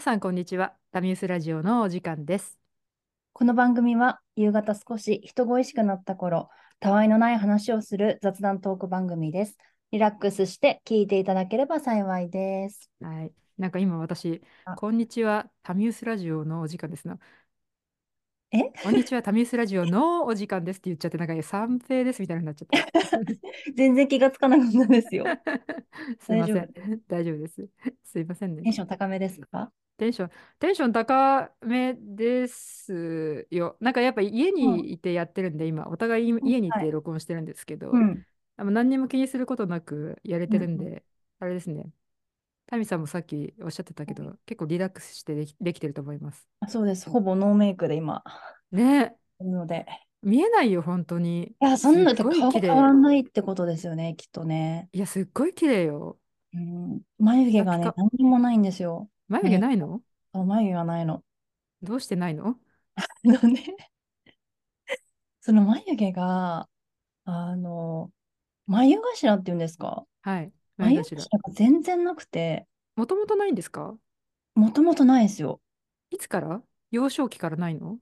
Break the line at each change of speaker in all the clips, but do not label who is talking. さん、こんにちは。タミウスラジオのお時間です。
この番組は夕方少し人恋しくなった頃、たわいのない話をする雑談トーク番組です。リラックスして聞いていただければ幸いです。
はい。なんか今私
あ、
こんにちは。タミウスラジオのお時間ですな。
え
こんにちは。タミウスラジオのお時間ですって言っちゃって、なんか三平ですみたいになっちゃ った。
全然気がつかなかったんです よ。
すいませ
大
ん
丈。
大丈夫です。すいません
テン
ね。
ション高めですか
テンション、テンション高めですよ。なんかやっぱ家
うん
にいてやってるんで、今、お互いい家にい
は
て
い
録音してるんですけど、
ん。
あの何にも気にすることなくやれてるん
うん
で、あれですね。タミさんもさっきおっしゃってたけど、結構リラックスしてでき、できてると思います。
あそうです。ほぼノーメイクで今。
ね、
いるので。
見えないよ、本当に。
いや、そんな
すっ
顔
ごい綺麗
変わらないってことですよね、きっとね。
いや、すっごい綺麗よ。
うん、眉毛が
ピ
ね
カ、
何にもないんですよ。
眉毛ないの
あ眉毛がないの。
どうしてないの
あのね、 その眉毛が、あの、眉頭っていうんですか
はい、眉
眉
頭。
頭が全然なくて、
もともとないんですか
もともとないんですよ。
いつから幼少期からないの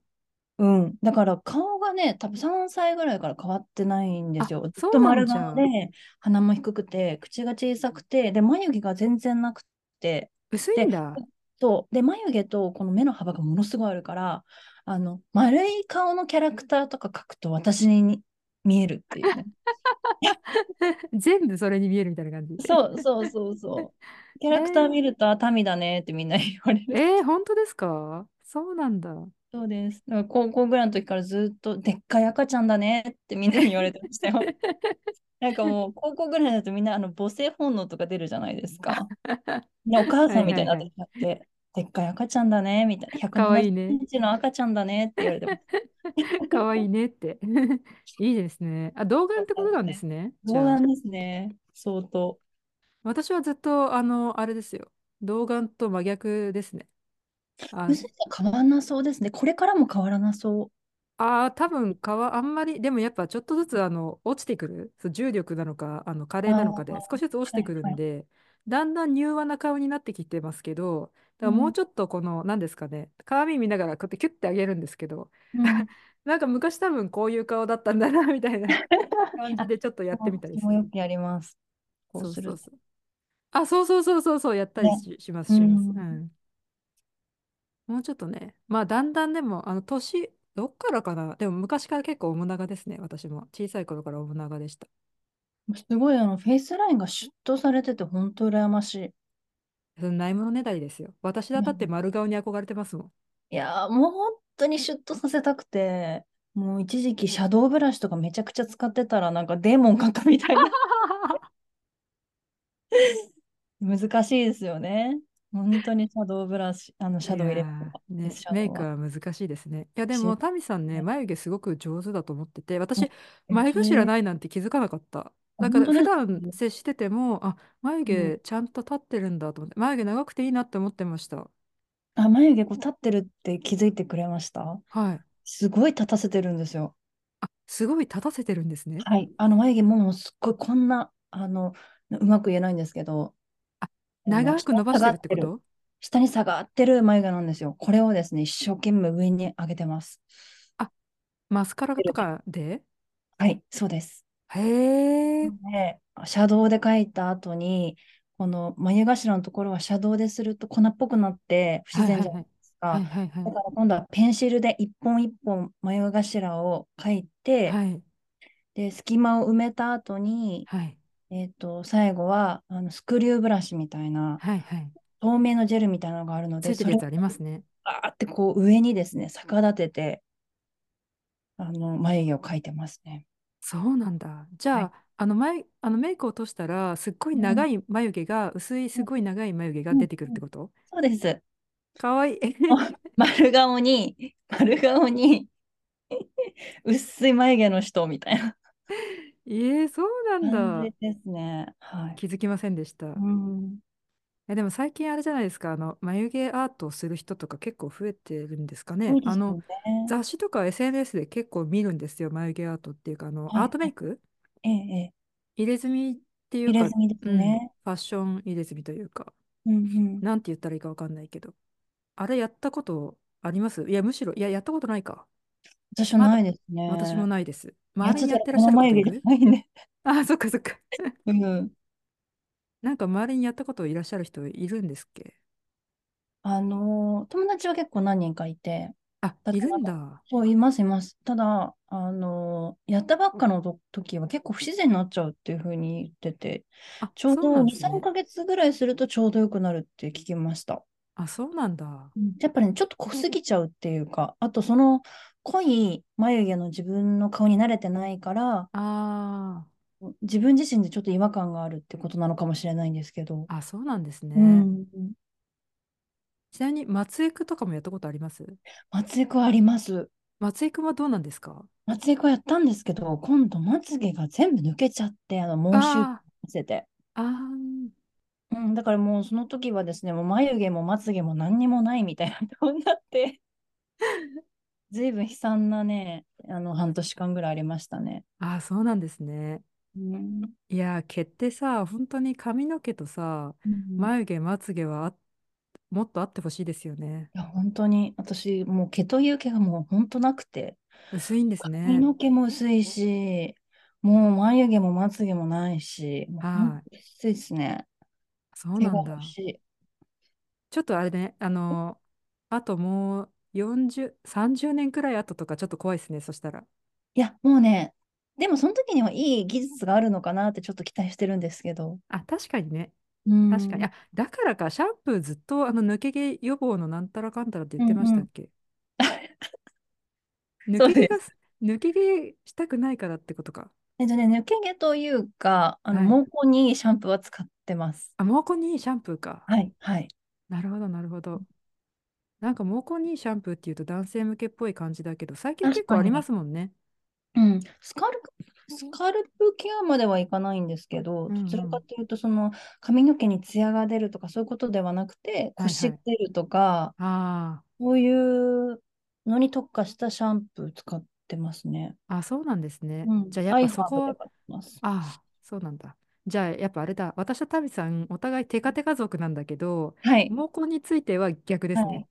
うん。だから顔がね、多分3歳ぐらいから変わってないんですよ。
あ
ずっ
そう
と
なん
丸
じゃん
顔で、鼻も低くて、口が小さくて、で、眉毛が全然なくて、
薄いんだ。
そう。で、眉毛とこの目の幅がものすごいあるから、あの、丸い顔のキャラクターとか描くと私に見えるっていうね。
全部それに見えるみたいな感じ。
そうそうそう そう。キャラクター見ると、あ、タミだねってみんな言われる。
えー、本当ですかそうなんだ。
そうです。だから高校ぐらいの時からずっと、でっかい赤ちゃんだねってみんなに言われてま したよ。なんかもう、高校ぐらいだとみんな、あの、母性本能とか出るじゃないですか。ね、お母さんみたいになってきちゃって、でっかい赤ちゃんだね、みたいな。
かわいいね
170センチの赤ちゃんだねって言われてます。
かわいいねって。 いいですね。あ、童顔ってことなんですね。じゃ
そう
あ
なんですね。相当。
私はずっと、あの、あれですよ。童顔と真逆ですね。あ
むしろ変わらなそうですね。これからも変わらなそう。
あー、多分かわ、あんまり、でもやっぱちょっとずつ、あの、落ちてくる。そう重力なのか、あの、加齢なのかで、
あー
少しずつ落ちてくる
はい
ん
は
で、だんだん柔和な顔になってきてますけど、だから
うん
もうちょっとこの、なんですかね、鏡見ながら、こうやってキュッてあげるんですけど、
うん。
なんか昔多分こういう顔だったんだな、みたいな感じでちょっとやってみたり
私
す
も
る。
よくやります。こ
そうう
す
そう
る
そう。あ、そうそうそうそうそう、やったり
ね
し、しま
う
す、します。
ん
うん。もうちょっとね、まあだんだんでも、あの年、どっからかな、でも昔から結構面長ですね、私も。小さい頃から面長でした。
と、すごいあのフェイスラインがシュッとされてて、本当羨ましい。
そのないものねだりですよ。私だったって
うん
丸顔に憧れて ますもん。
いやー、もう本当にシュッとさせたくて、もう一時期シャドーブラシとかめちゃくちゃ使ってたら、なんかデーモンかったみた いな。難しいですよね。本当にシャドーブラシ、あのシャ
い
ドウ入れ
や
るの
ー
がフェ
ね
イスシ、ャ
メ
ド
イ
ウ
ク
は。
は難しいですね。いやで
し
も、タミさんね、
ね
眉毛すごく上手だと思ってて、
うん
私、眉頭ないなんて気づかなかった。だか
本
ら、
当
普
です
段接してても、あ、眉
うん
毛ちゃんと立ってるんだと思って、眉毛長くていいなって思ってました。
あ、眉毛こう立ってるって気づいてくれました
はい。
すごい立たせてるんですよ。
あ、すごい立たせてるんですね。
はい。あの眉毛ももうすっごいこんな、あの、うまく言えないんですけど、
あ
あの
長く伸ばしてるってこ
下に
と
下がってる下に下がってる眉毛なんですよ。これをですね、一生懸命上に上げてます。
マスカラとかで
はい、そうです。
へえ。
で、シャドウで描いた後に、この眉頭のところはシャドウですると粉っぽくなって不
は
自
いはい
然じゃ
は
ない
い。
です
は
か。
いはいは
だ
い。
から今度はペンシルで一本一本眉頭を描いて、
はい
で、隙間を埋めた後に、
はい
えっと、最後はあのスクリューブラシみたいな
はいはい。
透明のジェルみたいなのがあるの
つ
で、
いてる
それ
や
を
つありますね。
バーってこう上にですね、逆立てて、あの眉毛を描いてますね。
そうなんだ。じゃ
はい
あ、あの眉、あのメイクを落としたら、すっごい
うん
長い眉毛が、薄いすごい長い眉毛が
うん
出てくるってこと
そ うです。
かわいい。
丸顔に、丸顔に 薄い眉毛の人みたいな
ええ、そうなん
感
だ
じ。ですね。はい。
気づきませんでした。
うん。
え、でも最近あれじゃないですか、あの、眉毛アートをする人とか結構増えてるんですか
そ
ね。
うで
あ
す
の、
よね。
雑誌とか SNS で結構見るんですよ、眉毛アートっていうか、あの、
は
アー
い。
トメイク
ええ、ええ。
入れ墨っていう
入れ
か、
墨です
うん、
ね。
ファッション入れ墨というか、
うんうん。
なんて言ったらいいかわかんないけど。あれやったことありますいや、むしろ、いや、やったことないか。
私は
ま
な
だ、
いです
私も
ね。
ないです。
やっ
周り
て
にや
た
っ
ら
てらっ
こ
し
の
ゃる方
眉
い
毛じ
る
ゃないね。
ああー、そっかそっか。
うん。
なんか周りにやったこといらっしゃる人いるんですっけ
あのー、友達は結構何人かいて、
あ、
た
い
だ、
るんだ。
そう、います、います。ただ、あのー、やったばっかのと時は結構不自然になっちゃうっていうふうに言ってて、
あ、
ちょう
そうな
ど
んで
2、
す
3
ね。
ヶ月ぐらいするとちょうどよくなるって聞きました。
あ、そうなんだ。
うんやっぱりね、ちょっと濃すぎちゃうっていうか、あとその濃い眉毛の自分の顔に慣れてないから、
あ
自分自身でちょっと違和感があるってことなのかもしれないんですけど。
あ、あ、そうなんです
う
ね。
ん。うん
ちなみに、松江区とかもやったことあります
松江区はあります。
松江区はどうなんですか
松江区はやったんですけど、今度まつげが全部抜けちゃって、あの、毛周
あ
見せて。
あ、あー
うん、だからもうその時はですね、もう眉毛もまつげも何にもないみたいな顔になって、 ずいぶん悲惨なね、あの、半年間ぐらいありましたね。
あー、そうなんですね。
うん。
いやー、毛ってさ、本当に髪の毛とさ、
うん
眉毛、まつげはあもっとあってほしいですよね。
いや、本当に、私、もう毛という毛がもう本当なくて、
薄いんです
髪
ね。
の毛も薄いし、もう眉毛もまつげもないし、もう本
はい。
当に薄いですね。
そう
手
な
が
ん
欲
だ。
しい。
ちょっとあれね、あの、あともう40、30年くらい後とかちょっと怖いですね、そしたら。
いや、もうね、でもその時にはいい技術があるのかなってちょっと期待してるんですけど。
あ、確かにね。
う
確か
ん。
に。
う
あ、だからか、シャンプーずっとあの抜け毛予防のなんたらかんたらって言
ん
ってまし
う
たっ
ん。
け 抜
そ
け
う
毛
で
が
す。
す、抜け毛したくないからってことか。
えっとね、抜け毛というか、あの、
はい。
毛根にいいシャンプーは使ってます。
あ、毛根にいいシャンプーか。
はい、はい。
なるほど、なるほど。なんか毛根にいいシャンプーっていうと男性向けっぽい感じだけど、最近
確
結
か
構ありま
に。
すもんね。
うん、スカルプ、スカルプケアまではいかないんですけど、
う
どちら
んう
か
ん。
というと、その髪の毛にツヤが出るとか、そういうことではなくて、
はい
こ
は
し
い。
が出るとか、
あ
そういうのに特化したシャンプー使ってますね。
あ、あ、そうなんですね。
うん、
じゃあやっ
アイ
ぱ
ハ
そこ
ーブで
は、
買ってます。
ああ、そうなんだ。じゃあやっぱあれだ。私とタミさん、お互いテカテカ族なんだけど、
はい。
毛根については逆で
は
すね。
い。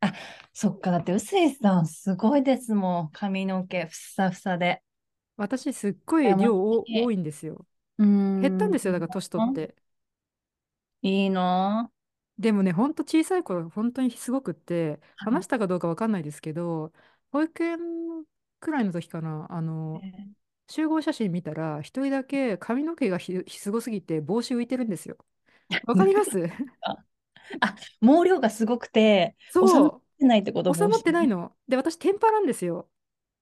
あ、そっか、だって、臼井さん、すごいですもん。髪の毛、ふさふさで。
私、すっご
羨
い
まし
量お
い。
多いんですよ。
うー
減ったん
ん。
ですよ、だから年取って。
いいな
でもね、ほんと小さい頃、本当にすごくって、
ぁ。は
話したかどうかわかんないですけど、保育園くらいの時かな、あ
い。
の、
え
集合写真見たら、一人だけ髪の毛がひ、すごすぎて帽子浮いてるんです よ。わか
ーなん
り
で
ま
ですすかあ、毛量がすごくて、収まっ
そ
てないってこと
う。収
帽
まっ
子
てない
に。
の。で、私、テンパなんですよ。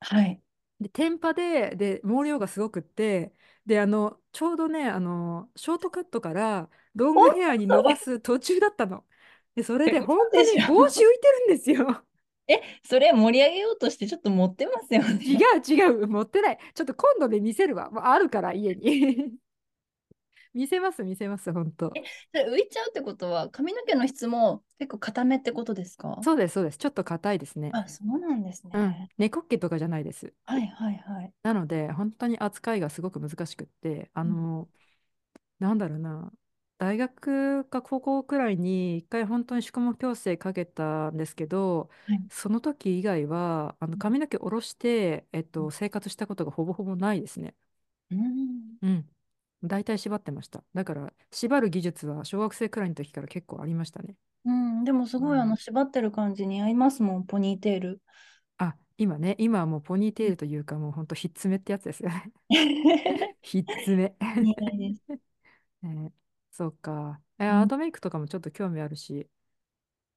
はい。
で、テンパで、で、毛量がすごくって、で、あの、ちょうどね、あの、ショートカットからロング
本
ヘアに
当
伸ば
です
す途中だったの。で、それ
よ
で
嘘
本当
でし
に帽子浮
ょ
いてるんです よ。
え、それ盛り上げようとしてちょっと持ってますよ
違
ね。
う違う、持ってない。ちょっと今度で見せるわ。もうあるから、家に。 見せます、見せます、本当。
それ浮いちゃうってことは、髪の毛の質も結構固めってことですか
そうです、そうです。ちょっと硬いですね。
あ、そうなんです
うん。
ね。
猫っ毛とかじゃないです。
はいはいはい。
なので、本当に扱いがすごく難しくって、あ
うん
の、なんだろうな、大学か高校くらいに一回本当に宿毛矯正かけたんですけど、
はい。
その時以外は、あの髪の毛下ろして、えっ
う
と、生活したことがほぼほぼないですね。
ん
うん。大体縛ってました。だから、縛る技術は小学生くらいの時から結構ありましたね。
うん、でもす
う
ごいあの
ん。
縛ってる感じ似合いますもん、ポニーテ ール。
あ、今ね、今はもうポニーテールというか、もうほんとひっつめってやつですよね。 ひっつめ
似合いです。
ねそうか。え、
う
アー
ん
トメイクとかもちょっと興味あるし、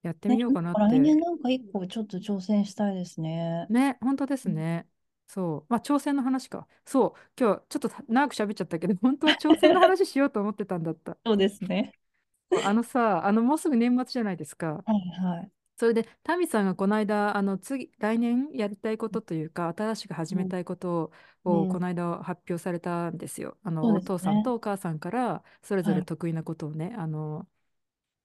やってみ
ね、
ようかなっ
来年
て。
なんか一個ちょっと挑戦したいですね。
ね、本当で
う
す
ん
ね。そう。まあ、挑戦の話か。そう。今日、ちょっと長く喋っちゃったけど、本当は挑戦の話しようと思ってたんだった。
そうですね。
そうあのさ、あの、もうすぐ年末じゃないですか。
はいはい。
それで、タミさんがこの間、あの、次、来年やりたいことというか、新しく始め
うん
たいことを、
う
こ
ん、
の間発表されたんですよ。あ
そ
の、
う
お
です
父さん
ね。
とお母さんから、それぞ
は
れ
い。
得意なことをね、あの、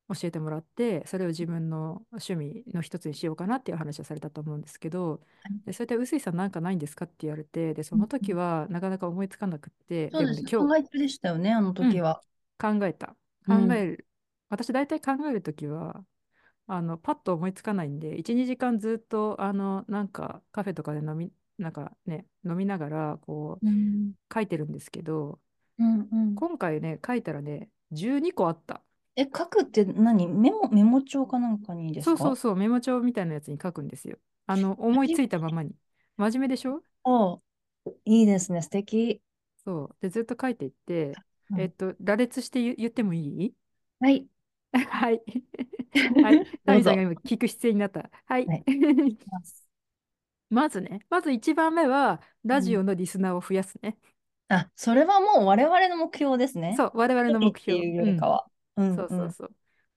教えてもらって、それを自分の趣味の一つにしようかなっていう話をされたと思うんですけど、で、それで、臼井さんなんかないんですかって言われて、で、その時はなかなか思いつかなくって、
そ
で
うで
もね、
すね。
今日、
考え中でしたよね、あの
う
時
ん、
は。
考えた。
う
考
ん。
える。私、大体考える時は、あの、パッと思いつかないんで、1、2時間ずっと、あの、なんかカフェとかで飲み、なんかね、飲みながら、こう、
うん
書いてるんですけど、
うんうん
今回ね、書いたらね、12個あった。
え、書くって何メモ、メモ帳かなんかにです
そう
か
そうそう、メモ帳みたいなやつに書くんですよ。あの、思いついたままに。真面目でしょ
おいいですね、素敵。
そう。で、ずっと書いていって、
う
えっ
ん
と、羅列して言、言ってもいい
はい。
はい。 はい。
ど
タ
う
ミさんが
ぞ。
今聞く姿勢になった。はい。
はい。いきます。
まずね、まず1番目は、
う
ラジ
ん
オのリスナーを増やすね。
あ、それはもう我々の目標ですね。
そう、我々
一
の
人
目
って
標。
いうよ
う
りか
ん。
は。うん
そう
う。
そうんそう。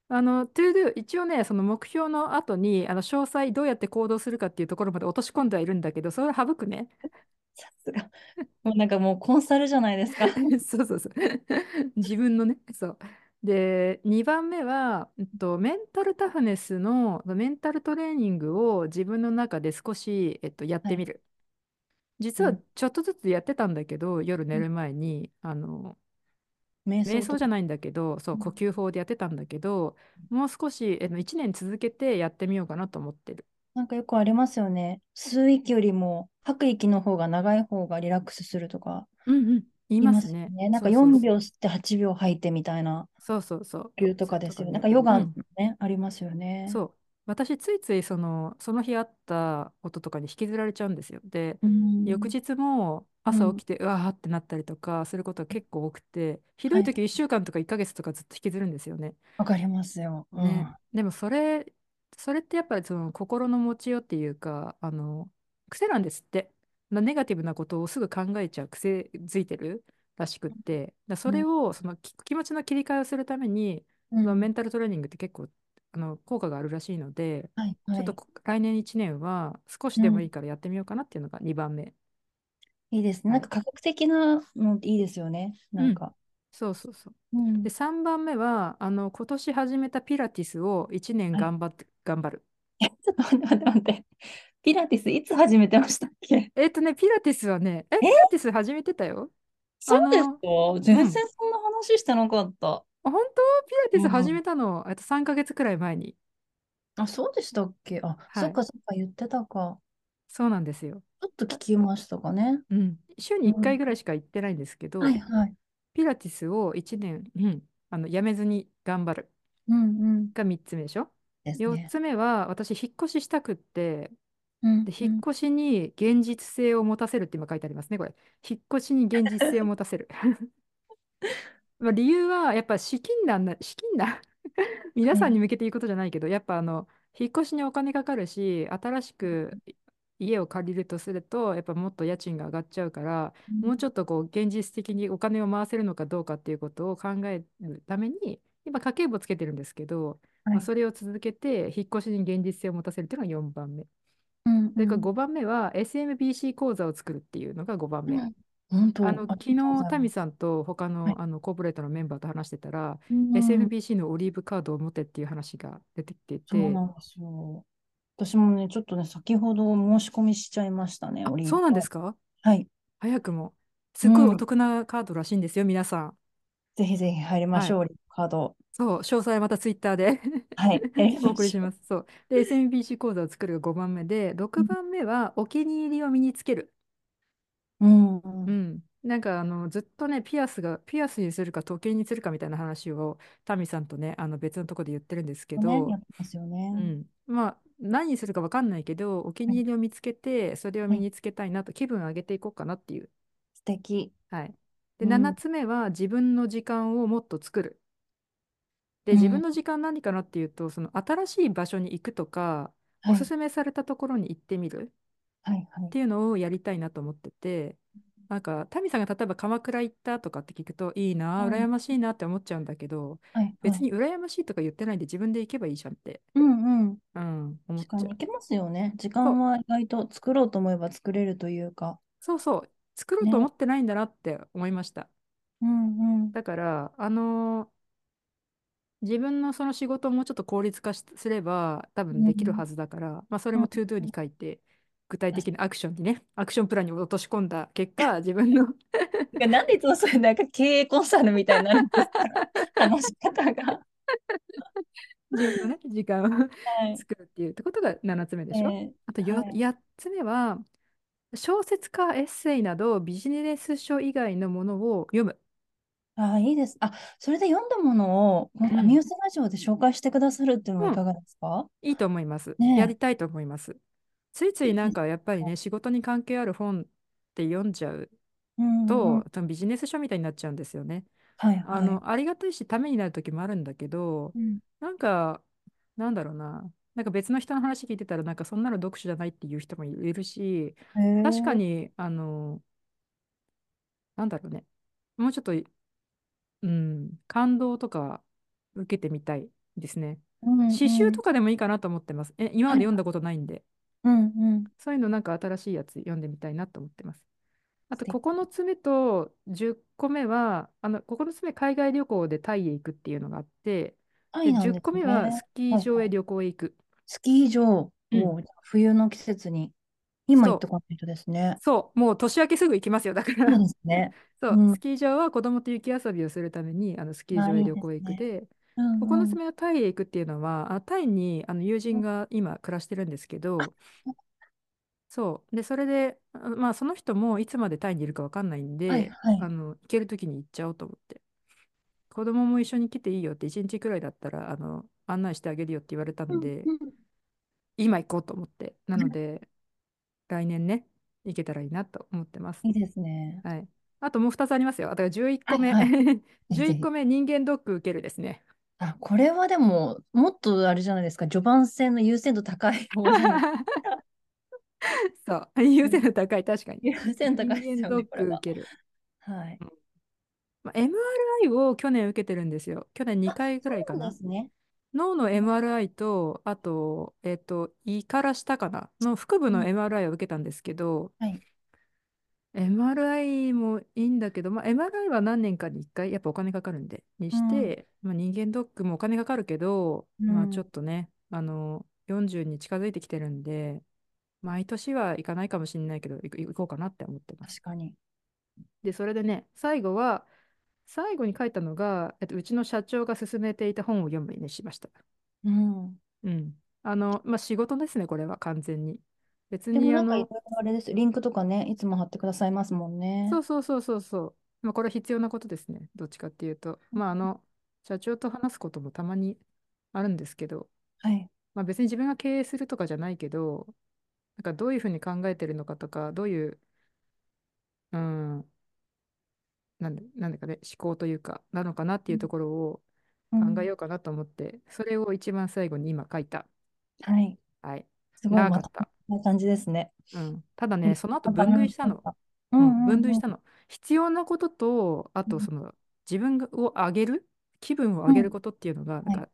あの、to do、一応ね、その目標の後に、あの、詳細どうやって行動するかっていうところまで落とし込んではいるんだけど、それを省くね。
さすが。もうなんかもうコンサルじゃな いですか。
そうそうそう。自分のね、そう。で、2番目は、うんと、メンタルタフネスの、メンタルトレーニングを自分の中で少し、えっと、やっ
は
て
い。
みる。実
う
は
ん。
ちょっとずつやってたんだけど、夜寝
うん
る前に、あの、
瞑
瞑
想
想
と
じゃ
か。
ないんだけど、そうう、呼
ん
吸法でやってたんだけど、もう少し、あの、1年続けてやってみようかなと思ってる。
なんかよくありますよね。吸う息よりも吐く息の方が長い方がリラックスするとか
うんうん。言い
言い
ま
ますす
ね。
ね。なん
そ
か
うそう
4
そ
秒
う。
吸って8秒吐いてみたいな
そうそうそう。
呼吸と
そ
か
れ
で
と
す
か
よね。な
ね。
んかヨ
う
ガ
ん。
ね、ありますよね。
そう。私、ついついその、その日あったこととかに引きずられちゃうんですよ。で、
う
翌
ん。
日も
う
朝
ん。
起きて、うわーってなったりとかすることが結構多くて、ひど
はいい。
時1週間とか1ヶ月とかずっと引きずるんですよね。
わかりますよ。う
ね。
ん。
でも、それ、それってやっぱりその心の持ちようっていうか、あの、癖なんですって。なネガティブなことをすぐ考えちゃう癖づいてるらしくって、だ
う
それ
ん。
を、そのき気持ちの切り替えをするために、
う
そのメ
ん
ンタルトレーニングって結構、あの、効果があるらしいので、
はい。
ちょ
は
っと
い。
こ来年1年は少し
う
でもいい
ん。
からやってみようかなっていうのが2番目。
いいですね。
は
な
い。
んか科学的なのっていいですよね。な
うんん。
か。
そうそうそう。
う
で、
ん。
3番目は、あの、今年始めたピラティスを1年
はい。
頑張って、頑張る。
え、ちょっと待って待って待って。ピラティスいつ始めてましたっけ
えっとね、ピラティスはね、え、
え、
ピラティス始めてたよ。
そ
あ
うです
の、
か
う
全然
ん。
そんな話してなかった。
あ本当ピラティス
う
始
ん。
めたの、あと3ヶ月くらい前に。
あ、そうでしたっけあ、そ
は
っ
い。
かそっか言ってたか。
そうなんですよ。
ちょっと聞きましたかね。
うん。週に
う
1回
ん。
ぐらいしか行ってないんですけ
はい
ど、
はい。
ピラティスを1年、うん、あの、やめずに頑張る
うんうん。
が3つ目でしょ
ですね。
?4 つ目は、私、引っ越ししたくって、
うん
で、
う
引っ
ん。
越しに現実性を持たせるって今書いてありますね、これ。引っ越しに現実性を持たせる。 まあ、理由は、やっぱ資金難な、資金難 皆
は
さん
い。
に向けて言うことじゃないけど、やっぱあの、引っ越しにお金かかるし、新しくい家を借りるとすると、やっぱもっと家賃が上がっちゃうから、
う
もうんちょっとこう、現実的にお金を回せるのかどうかっていうことを考えるために、今、家計簿つけてるんですけど、
は
まあ、
い。
それを続けて、引っ越しに現実性を持たせるっていうのが4番目。
うん
それから
うん。
5番目は SMBC 講座を作るっていうのが5番
う
目。
ん本
あ
当、
の、
あり
昨
が
日、
とうござい
タ
ま
ミ
す。
さんと他
は
の、
い。
あのコーポレートのメンバーと話してたら、
うん、
SMBC のオリーブカードを持てっていう話が出てきて
そう
て、
なんですよ。私もね、ちょっとね、先ほど申し込みしちゃいましたね、
あ、
オリー
そう
ブ
なん
カ
で
ー
す
ド。
か
はい。
早くも。す
う
っごいお
ん。
得なカードらしいんですよ、皆さん。
ぜひぜひ入りま
は
し
い。
ょう、オリーブカー ド。
そう、詳細はまたツイッター で
はい、やり
お
ま
送り
し
し
ょ
ます。そう。で、SMBC 講座を作るが5番目で、
う。
6番目はお気に入りを身につける。
うんう。
うんん。なんかあのずっとねピアスがピアスにするか時計にするかみたいな話をタミさんとねあの別のとこで言ってるんですけ
ね、や
ど、
ってますよ
う
ね。
ん、まあ何にするか分かんないけどお気
は
に
い。
入りを見つけてそれを
は
身
い
につけたいなと気分を上げていこうかなっていう。
素敵。
はい、で
う
7
ん。
つ目は自分の時間をもっと作る。で
う
自分
ん。
の時間何かなっていうとその新しい場所に行くとかお
は
す
い。
すめされたところに行ってみる。
はい。は
っ
い。
ていうのをやりたいなと思ってて、なんか、タミさんが例えば鎌倉行ったとかって聞くと、いいな、
は
羨
い。
ましいなって思っちゃうんだけど、
はい。は
別
い
に羨ましいとか言ってないんで自分で行けばいいじゃんって、
うんうん。
うん、思っ
時間
ちゃ
に
う。
行けますよね。時
そ
間
う、
は意外と作ろうと思えば作れるというか。
そうそう、作ろうと思
ね。
ってないんだなって思いました。
うんうん。
だから、あのー自分のその仕事をもうちょっと効率化しすれば多
う
分できるは
ん。
ずだから、まあ、それ
うん
も to do に書いて具体
確
的なアクションにねアクションプランに落とし込んだ結 果自分の
かになんでいつも それなんか経営コンサルみたいになるんですか話し方が。
自分のね、時間を
はい。
作るっていうってことが7つ目で
え
しょ。
ー
あと
は
よ
い。
8つ目は、小説かエッセイなどビジネス書以外のものを読む。
ああ、いいです。あ、それで読んだものを、この
う
アミ
ん。
ューズラジオで紹介してくださるっていうのは
う
い
ん
かがですか
いいと思います。やり
ね
たいと思います。ついつ
え。い
い
い
なん
です
かやっぱり
ね。
ね、仕事に関係ある本って読んじゃう
うんう
と、
ん。
多分ビジネス書みたいになっちゃうんですよね。
はい
あ
はい。
の、ありがたいしためになる時もあるんだけど、
うん
なんか、なんだろうな、なんか別の人の話聞いてたら、なんかそんなの読書じゃないっていう人もいるし、
へ
確か
え。
に、あの、なんだろうね、もうちょっと、うん、感動とか受けてみたいですね。
うん
詩
う
集
ん。
とかでもいいかなと思ってます。え、今ま
は
で
い。
読んだことないんで、
うんうん。
そういうのなんか新しいやつ読んでみたいなと思ってます。あと
素敵。
9つ目と10個目は、あの9つ目海外旅行でタイへ行くっていうのがあって、
愛
で
な
10
んです
個目は
ね。
スキー
はい
場へ
はい。
旅行へ行く。
スキー場
うん、
を冬の季節に、今行っ
そ
て
う、
こないとですね。
そう、もう年明けすぐ行きますよ、だか
そう
ら
ですね。
そうう、
ん。
スキー場は子供と雪遊びをするために、あのスキー
ああ、
場へ
いい
旅
です
行へ行く
ね。
で、
う
9
んう
つ
ん。
目のタイへ行くっていうのは、あ、タイにあの友人が今暮らしてるんですけ
あ、
ど、そう。で、それで、あまあ、その人もいつまでタイにいるかわかんないん
はい
で、
は
あ
い。
の、行けるときに行っちゃおうと思って。子供も一緒に来ていいよって、1日くらいだったら、あの、案内してあげるよって言われた
う
の
ん
で、
うん。
今行こうと思って。なので、来年ね、行けたらいいなと思ってます。
いいですね。
はい。あともう2つありますよ。あだから11個
はい
目。
はい。 ぜひ
11
ぜ
個
ひ。
目、人間ドック受けるです ね。
あ、これはでも、もっとあれじゃないですか。序盤戦の優先度高い方じゃ ない。
そう。優
う
先
ん
度高い、確かに。
優先度高
人
いで
間
すよ
ド
ね、
ッ
これ
ク
は。
受ける。
はい。
うんまあ MRI を去年受けてるんですよ。去年
あ、
2回ぐ
そ
らいか
うなんで
な。
すね。
脳の MRI と、あと、えっと、胃から下かなの腹部
う
の
ん
MRI を受けたんですけど、
はい。
MRI もいいんだけど、まあ、MRI は何年かに1回、やっぱお金かかるんで、に
う
し
ん。
て、まあ、人間ドックもお金かかるけど、
う
まあちょ
ん。
っとね、あの、40に近づいてきてるんで、毎年は行かないかもしれないけど、行く行こうかなって思ってます。
確かに。
で、それでね、最後は、最後に書いたのが、えっと、うちの社長が勧めていた本を読むにしました。
うん。
うん。あの、まあ、仕事ですね、これは完全に。別
でも
に、あ
なんかい
の、
ろいろあれです。リンクとかね、いつも貼ってくださいますもん
そ
ね。
うそうそうそうそう。まあ、これは必要なことですね。どっちかっていうと。まあ、あの、社長と話すこともたまにあるんですけど、
はい。
まあ、別に自分が経営するとかじゃないけど、なんかどういうふうに考えてるのかとか、どういう、うん、なんで、なんでかね、思考というか、なのかなって
う
いうと
ん。
ころを
う
考え
ん
ようかなと思って、それを一番最後に今書いた。
はい。
はい。
すごい
長
ま
かっ
と
た。
まった感じですね。
うん。ただ
うん
ね、その後
なん
分
か目
類
に
した
入っ
の。
た。う
うん。分
んう
類
んう
し
ん。
たの。必要なことと、あ
う
と
ん
その自分を上げる、気分を
う
上げる
ん
ことっていうのが、なん
はい。
か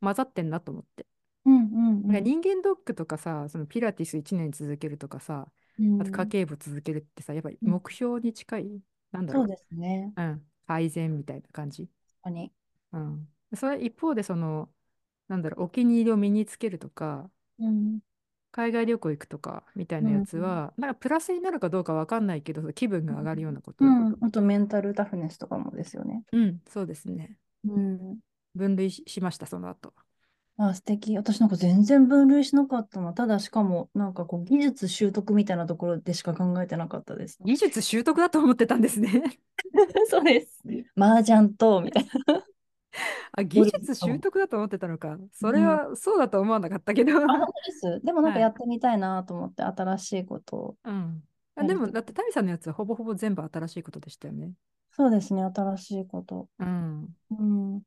混ざってんなと思って。
うんうん
なんか
うん。
人間ドックとかさ、そのピラティス1年続けるとかさ、
う
あと家
ん。
計簿続けるってさ、やっぱり
うん
目標に近い、なんだ
そう
ろ
ですね。
う。うん。改善みたいな感じ。
確かに。
うん。それ一方で、その、なんだろう、お気に入りを身につけるとか、
うん。
海外旅行行くとかみたいうなや
ん。
つは、なんかプラスになるかどうかわかんないけど、気分が上がるようなこ
う
と。
ん。うんあとメンタルタフネスとかもですよね。
うん、そうですね。
うん。
分類し、しました、その後。
あ、素敵。私なんか全然分類しなかったな。ただしかも、なんかこう技術習得みたいなところでしか考えてなかっ たです。
技術習得だと思ってたんです ね。
そうです。麻雀と、みたいな。
あ、技
ゴルフ
術習
と。
得だと思ってたのか。
う
それ
ん。
はそうだと思わなかったけど。
あ、本当です。でもなん
は
かや
い。
ってみたいなと思って、新しいことを
うん。あ、
や
で
り
も、
たい。
だって、タミさんのやつはほぼほぼ全部新しいことでしたよね。
そうですね、新しいこと。
うん。
うん。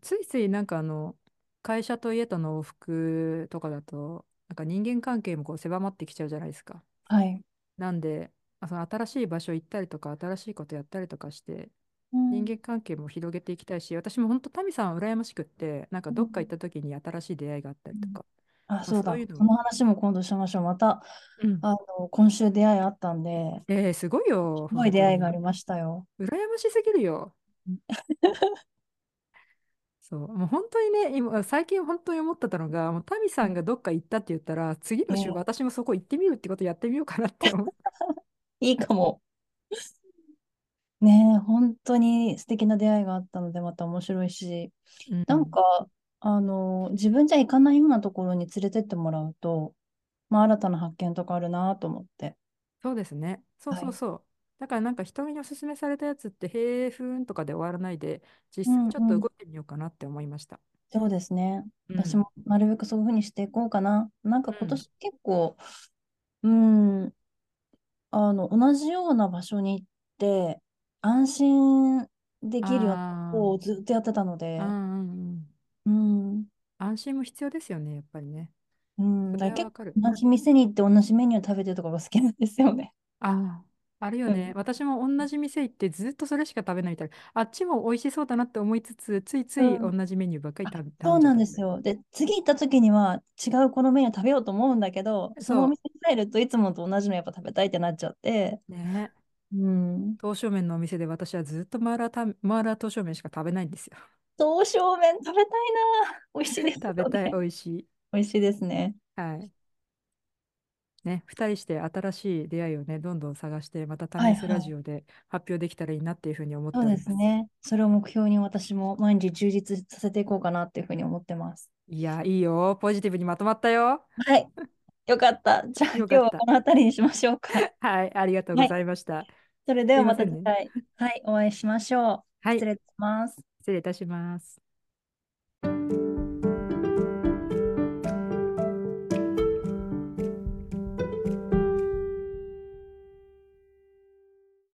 ついついなんかあの会社と家との往復とかだとなんか人間関係もこう狭まってきちゃうじゃないですか。
はい。
なんであその新しい場所行ったりとか新しいことやったりとかして
う
人
ん。
間関係も広げていきたいし私も本当タミさんは羨ましくってなんか
う
どっか行っ
ん
た時に新しい出会いがあった
う
りと
ん
か、
あ、
まあ、
そう
そうい
だ。
うの
そ
も、
の話も今度しましょう。また、
うん、
あの、今週出会いあったんで、
えー、すごいよ
すご
本
い出
当
会いがあ
に
りましたよ。
羨ましすぎるよ。
うん
そう、もう本当にね、今、最近本当に思ってたのが、もうタミさんがどっか行ったって言ったら、次の週
ええ
私もそこ行ってみるってことやってみようかなって思う。
いいかも。ねえ、本当に素敵な出会いがあったので、また面白いし、
う
なん
ん。
か、あの、自分じゃ行かないようなところに連れてってもらうと、まあ、新たな発見とかあるなと思って。
そうですね。そう
は
そう
い。
そう。だからなんか人におすすめされたやつってへえふーんとかで終わらないで実
う
際
ん
ちょっと
うん。
動いてみようかなって思いました。
そうですね。
う
私
ん。
もなるべくそういうふうにしていこうかな。なんか
う
今
ん。
年結構、うん、あの、同じような場所に行って、安心できるようなこと
あ
をずっとやってたの
あ、う
で、
んうんうん。
うん、
安心も必要ですよね、やっぱりね。
う
そ
ん、だ
れ
か
は
ら結
わかる。
構同じ店に行って同じメニュー食べてるとかが好きなんですよ ね。
ああ、あるよ
う
ね。
ん。
私も同じ店行ってずっとそれしか食べないみたいな。あっちも美味しそうだなって思いつつ、ついつ
う
い
ん
同じメニューばっかり
あ、
食べ、頼
そ
ん
う
じゃっ
な
た
んで
りす
す
る。
よ。で、次行った時には違うこのメニュー食べようと思うんだけど、そのお
そ
店に入るといつもと同じのやっぱ食べたいってなっちゃって、
う。ね。
うん。
刀削麺のお店で私はずっとマーラータン、マーラー刀削麺しか食べないんですよ。
刀削麺食べたいな。 美味しいです
食べ
よ
たい、
ね。
美味しい。
美味しいですね。
はい。ね、二人して新しい出会いをね、どんどん探して、またタ
は
ミ
い
スラ
は
ジ
い。
オで発表できたらいいなっていうふうに思って
そう
お
で
り
す
ます。
ね。それを目標に私も毎日充実させていこうかなっていうふうに思ってます。
いや、いいよ。ポジティブにまとまったよ。
はい。 よかった。じゃあ
よ
今日
かっ
は
た。
この辺りにしましょうか。
はい、ありがとうご
はい。
ざいました。
それ
す
で
い
は
ま
ま
せ
た
ん
次
ね。
回、はい、お会いしましょう。
は
失
い、
礼します。
失礼いたします。